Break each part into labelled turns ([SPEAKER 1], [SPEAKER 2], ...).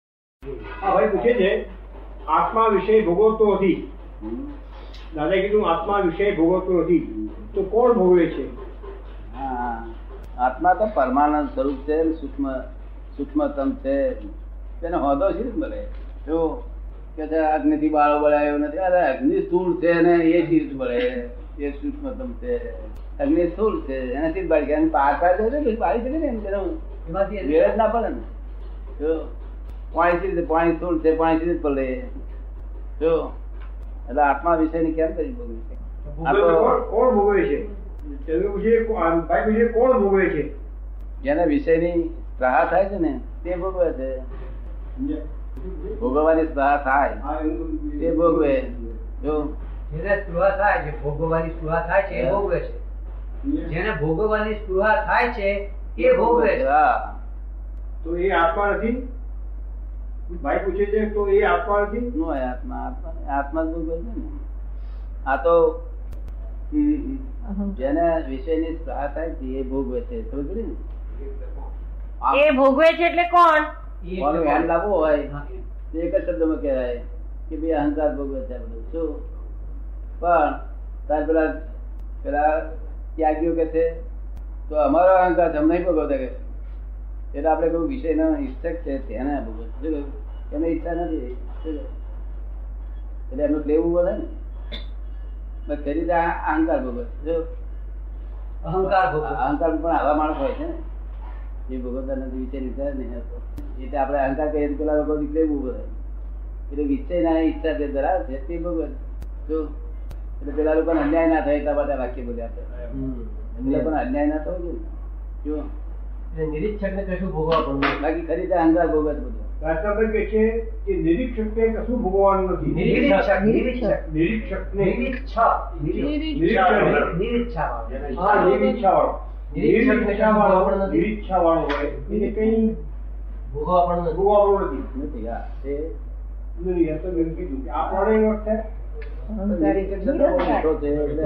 [SPEAKER 1] આ ભાઈ પૂછે છે આત્મા વિષય ભોગવતો નથી
[SPEAKER 2] हम्म।
[SPEAKER 1] દાદા કીધું આત્મા વિષય ભોગવતો નથી તો કોણ ભોગવે છે
[SPEAKER 2] હા. આત્મા તો પરમાનંદ સ્વરૂપ છે ને સૂક્ષ્મ સૂક્ષ્મતમ છે તેને હોદો છે ને મળે જો કે છે અગ્નિથી બાળો બળાયો નથી અરે અગ્નિ સ્થૂળ છે ને એ ચીજ મળે એ સૂક્ષ્મતમ છે અગ્નિ સ્થૂળ છે એનાથી જ બાળી ગયા. અને પાર પાર જશે ને પછી બાળી શકે ને એમ તેનો વેર જ ના પડે ને જો પાણી ચીજ પાણી સ્થૂળ છે પાણી ચીજ પડે જો એટલે આત્મા વિષયની કેમ કરી બોલવી આ
[SPEAKER 1] ભોગવે તો કોણ
[SPEAKER 2] તો
[SPEAKER 1] કોણ ભોગવે છે તમે પૂછીએ કો- આ ભાઈ પૂછે કોણ ભોગવે છે
[SPEAKER 2] જેને વિષયની સ્પ્રાહ થાય છે ને તે ભોગવે છે ભોગવવાની સ્પ્રાહ થાય તે ભોગવે જો
[SPEAKER 3] જેને સ્પૃહા થાય છે ભોગવવાની સ્પૃહા થાય છે એ ભોગવે છે જેને ભોગવવાની સ્પૃહા થાય છે એ ભોગવે છે
[SPEAKER 2] હા
[SPEAKER 1] તો એ આત્મા નથી ભાઈ પૂછે છે તો એ આત્મા નથી
[SPEAKER 2] શું હોય આત્મા આત્મા આત્મા જ ભોગવે છે ને આ તો હમ, જેને વિષયની સ્પ્રાહ થાય છે એ ભોગવે છે સમજ પડી ને?
[SPEAKER 4] એ ભોગવે છે એટલે કોણ
[SPEAKER 3] એ
[SPEAKER 2] કોનું એમ લાગવું હોય
[SPEAKER 3] હા, એ.
[SPEAKER 2] તો એક જ શબ્દમાં કહેવાય કે ભાઈ અહંકાર ભોગવે છે આ બધું શું પણ તાર પેલા પેલા ત્યાગીઓ કે છે તો અમારો અહંકાર તમને નહીં ભોગવતા કે છે. એટલે આપણે કોઈ વિષયનો ઈચ્છક છે તેને ભોગવે છે. શું કહ્યું? એમને ઈચ્છા નથી શું કહ્યું? એટલે એમનું લેવું બોલે ને બસ તે રીતે આ અહંકાર ભોગવે છે. શું?
[SPEAKER 3] અહંકાર ભોગવે છે.
[SPEAKER 2] અહંકાર પણ આવા માણસ હોય છે ને એ ભગવતા નથી વિચાર વિચાર નહીં હતો એટલે આપણે અહંકાર કહીએ તો પેલા લોકો વિચેવું પડે એટલે વિષય ના ઈચ્છા જે ધરાવે છે તે ભગવત જો એટલે પેલા લોકોને અન્યાય ના થાય એટલા માટે આ વાક્ય બોલ્યા આપણે એટલે પણ અન્યાય ના થવો જોઈએ ને. જો
[SPEAKER 3] એટલે નિરીક્ષકને કશું ભોગવવા પડતું નથી.
[SPEAKER 2] બાકી ખરી રીતે અહંકાર ભગવત બધું
[SPEAKER 1] રાજનાભાઈ કે છે કે નિરીક્ષકને કશું ભોગવવાનું નથી
[SPEAKER 3] નિરીક્ષક નિરીક્ષક
[SPEAKER 1] નિરીક્ષકને
[SPEAKER 3] નિરીક્ષક
[SPEAKER 1] નિરીક્ષક
[SPEAKER 3] નિરીક્ષાવાળો.
[SPEAKER 1] હા, નિરીક્ષાવાળો.
[SPEAKER 3] નિરીક્ષક
[SPEAKER 1] નિરીક્ષાવાળો
[SPEAKER 3] નથી.
[SPEAKER 1] નિરીક્ષાવાળો હોય એને કંઈ
[SPEAKER 3] ભોગવવા પણ નથી.
[SPEAKER 1] ભોગવવાનું નથી.
[SPEAKER 2] નથી હા તે
[SPEAKER 1] નથી, એ તો મેં કીધું કે આ પ્રણય વખતે
[SPEAKER 2] મોટો છે એટલે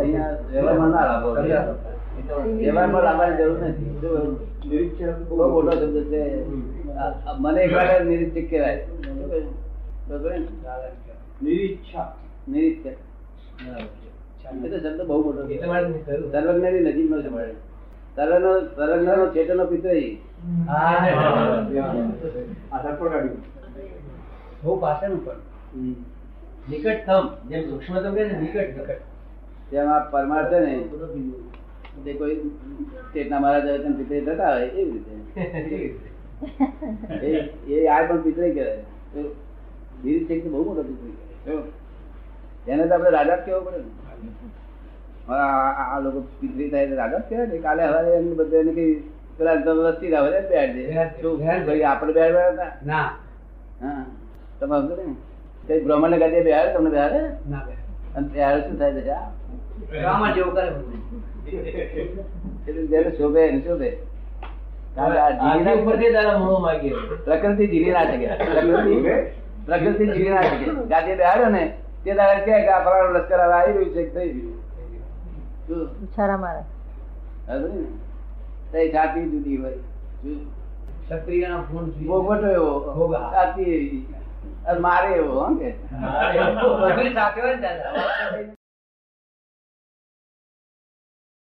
[SPEAKER 2] અહીંયા વ્યવહારમાં ના લાવો વ્યવહારમાં લાવવાની જરૂર નથી જો
[SPEAKER 1] નિરીક્ષક બહુ
[SPEAKER 2] બહુ મોટો
[SPEAKER 1] મોટો છે.
[SPEAKER 2] શબ્દ છે આ- આ મને એક વાર નિરીક્ષક કહેવાય શું કહ્યું? બરોબર ને?
[SPEAKER 1] નિરીક્ષા.
[SPEAKER 2] નિરીક્ષક એ તો શબ્દ બહુ મોટો
[SPEAKER 3] એ
[SPEAKER 2] છે
[SPEAKER 3] તો મારે કહ્યું.
[SPEAKER 2] સર્વજ્ઞની નજીકનો છે મારે. સર્વજ્ઞનો- સર્વજ્ઞનો છેટોનો પિતરાઈ.
[SPEAKER 3] હા, હા, હા.
[SPEAKER 1] આ સર્પકારી.
[SPEAKER 3] બહુ પાછળનું પણ નિકટતમ જેમ સૂક્ષ્મતમ કહે છે નિકટ
[SPEAKER 2] જેમ આ પરમાર છે ને તે કોઈ સ્ટેટના મહારાજા હોય તેમ પિતરાઈ થતા હોય એવી રીતે એ- એ આ પણ પિતરાઈ કહેવાય તો નિરીક્ષક તો બહુ મોટો પિતરાઈ કહેવાય. જો. એને તો આપણે રાજા જ કહેવો પડે ને હવે આ આ- આ લોકો પિતરી થાય એટલે રાજા જ કહેવાય ને કાલે હવે એમને બધા એને કઈ પેલા તમે વસ્તી ના હોય ને બેઠ જાય.
[SPEAKER 3] બેઠ.
[SPEAKER 2] શું ભાઈ આપણે બેઠ હતા
[SPEAKER 3] ના
[SPEAKER 2] હા તમે સમજો ને કઈ બ્રાહ્મણને ગાદીએ બેહાડે તમને બેહાડે
[SPEAKER 3] ના બેન.
[SPEAKER 2] અને બેહાડે શું થાય છે આ?
[SPEAKER 3] ડ્રામા જેવું કરે બધું.
[SPEAKER 2] એટલે જેને શોભે એને શોભે કારણ કે
[SPEAKER 3] हाँ,
[SPEAKER 2] આ જીવી
[SPEAKER 3] આની
[SPEAKER 2] ના શકે.
[SPEAKER 3] ઉપરથી તારા મોં માગીએ.
[SPEAKER 2] પ્રકૃતિ જીવી ના શકે પ્રકૃતિ પ્રકૃતિ જીવી ના શકે ગાદીએ બેહાડો ને તે દાડા કહે કે આ ફલાણું લશ્કર હવે આવી રહ્યું છે કે થઈ રહ્યું શું?
[SPEAKER 4] બિચારા મારા
[SPEAKER 2] સમજો ને? તઈ જાતિ જુદી હોય શું?
[SPEAKER 3] ક્ષત્રિયના ગુણ જોઈએ.
[SPEAKER 2] ભોગવટો એવો
[SPEAKER 3] ભોગા.
[SPEAKER 2] જાતિ એવી. અને મારે એવો હં કે
[SPEAKER 3] હા, એ બધું સાથે હોય ને દાદા